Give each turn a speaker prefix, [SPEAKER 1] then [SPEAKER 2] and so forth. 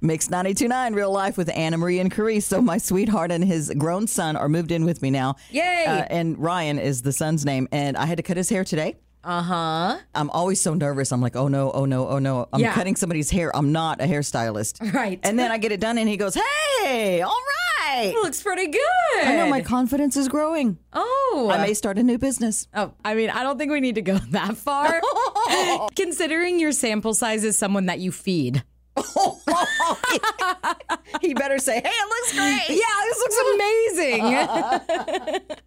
[SPEAKER 1] Mix 929 Real Life with Anna Marie and Carice. So, my sweetheart and his grown son are moved in with me now.
[SPEAKER 2] Yay.
[SPEAKER 1] Uh, and Ryan is the son's name. And I had to cut his hair today.
[SPEAKER 2] Uh huh.
[SPEAKER 1] I'm always so nervous. I'm like, oh no, oh no, oh no. I'm
[SPEAKER 2] Yeah.
[SPEAKER 1] cutting somebody's hair. I'm not a hairstylist.
[SPEAKER 2] Right.
[SPEAKER 1] And then I get it done, and he goes, hey, all right.
[SPEAKER 2] Looks pretty good.
[SPEAKER 1] I know my confidence is growing.
[SPEAKER 2] Oh.
[SPEAKER 1] I may start a new business.
[SPEAKER 2] Oh, I mean, I don't think we need to go that far. Considering your sample size is someone that you feed.
[SPEAKER 1] he better say, hey, it Uh-huh. looks great.
[SPEAKER 2] Yeah, this looks amazing.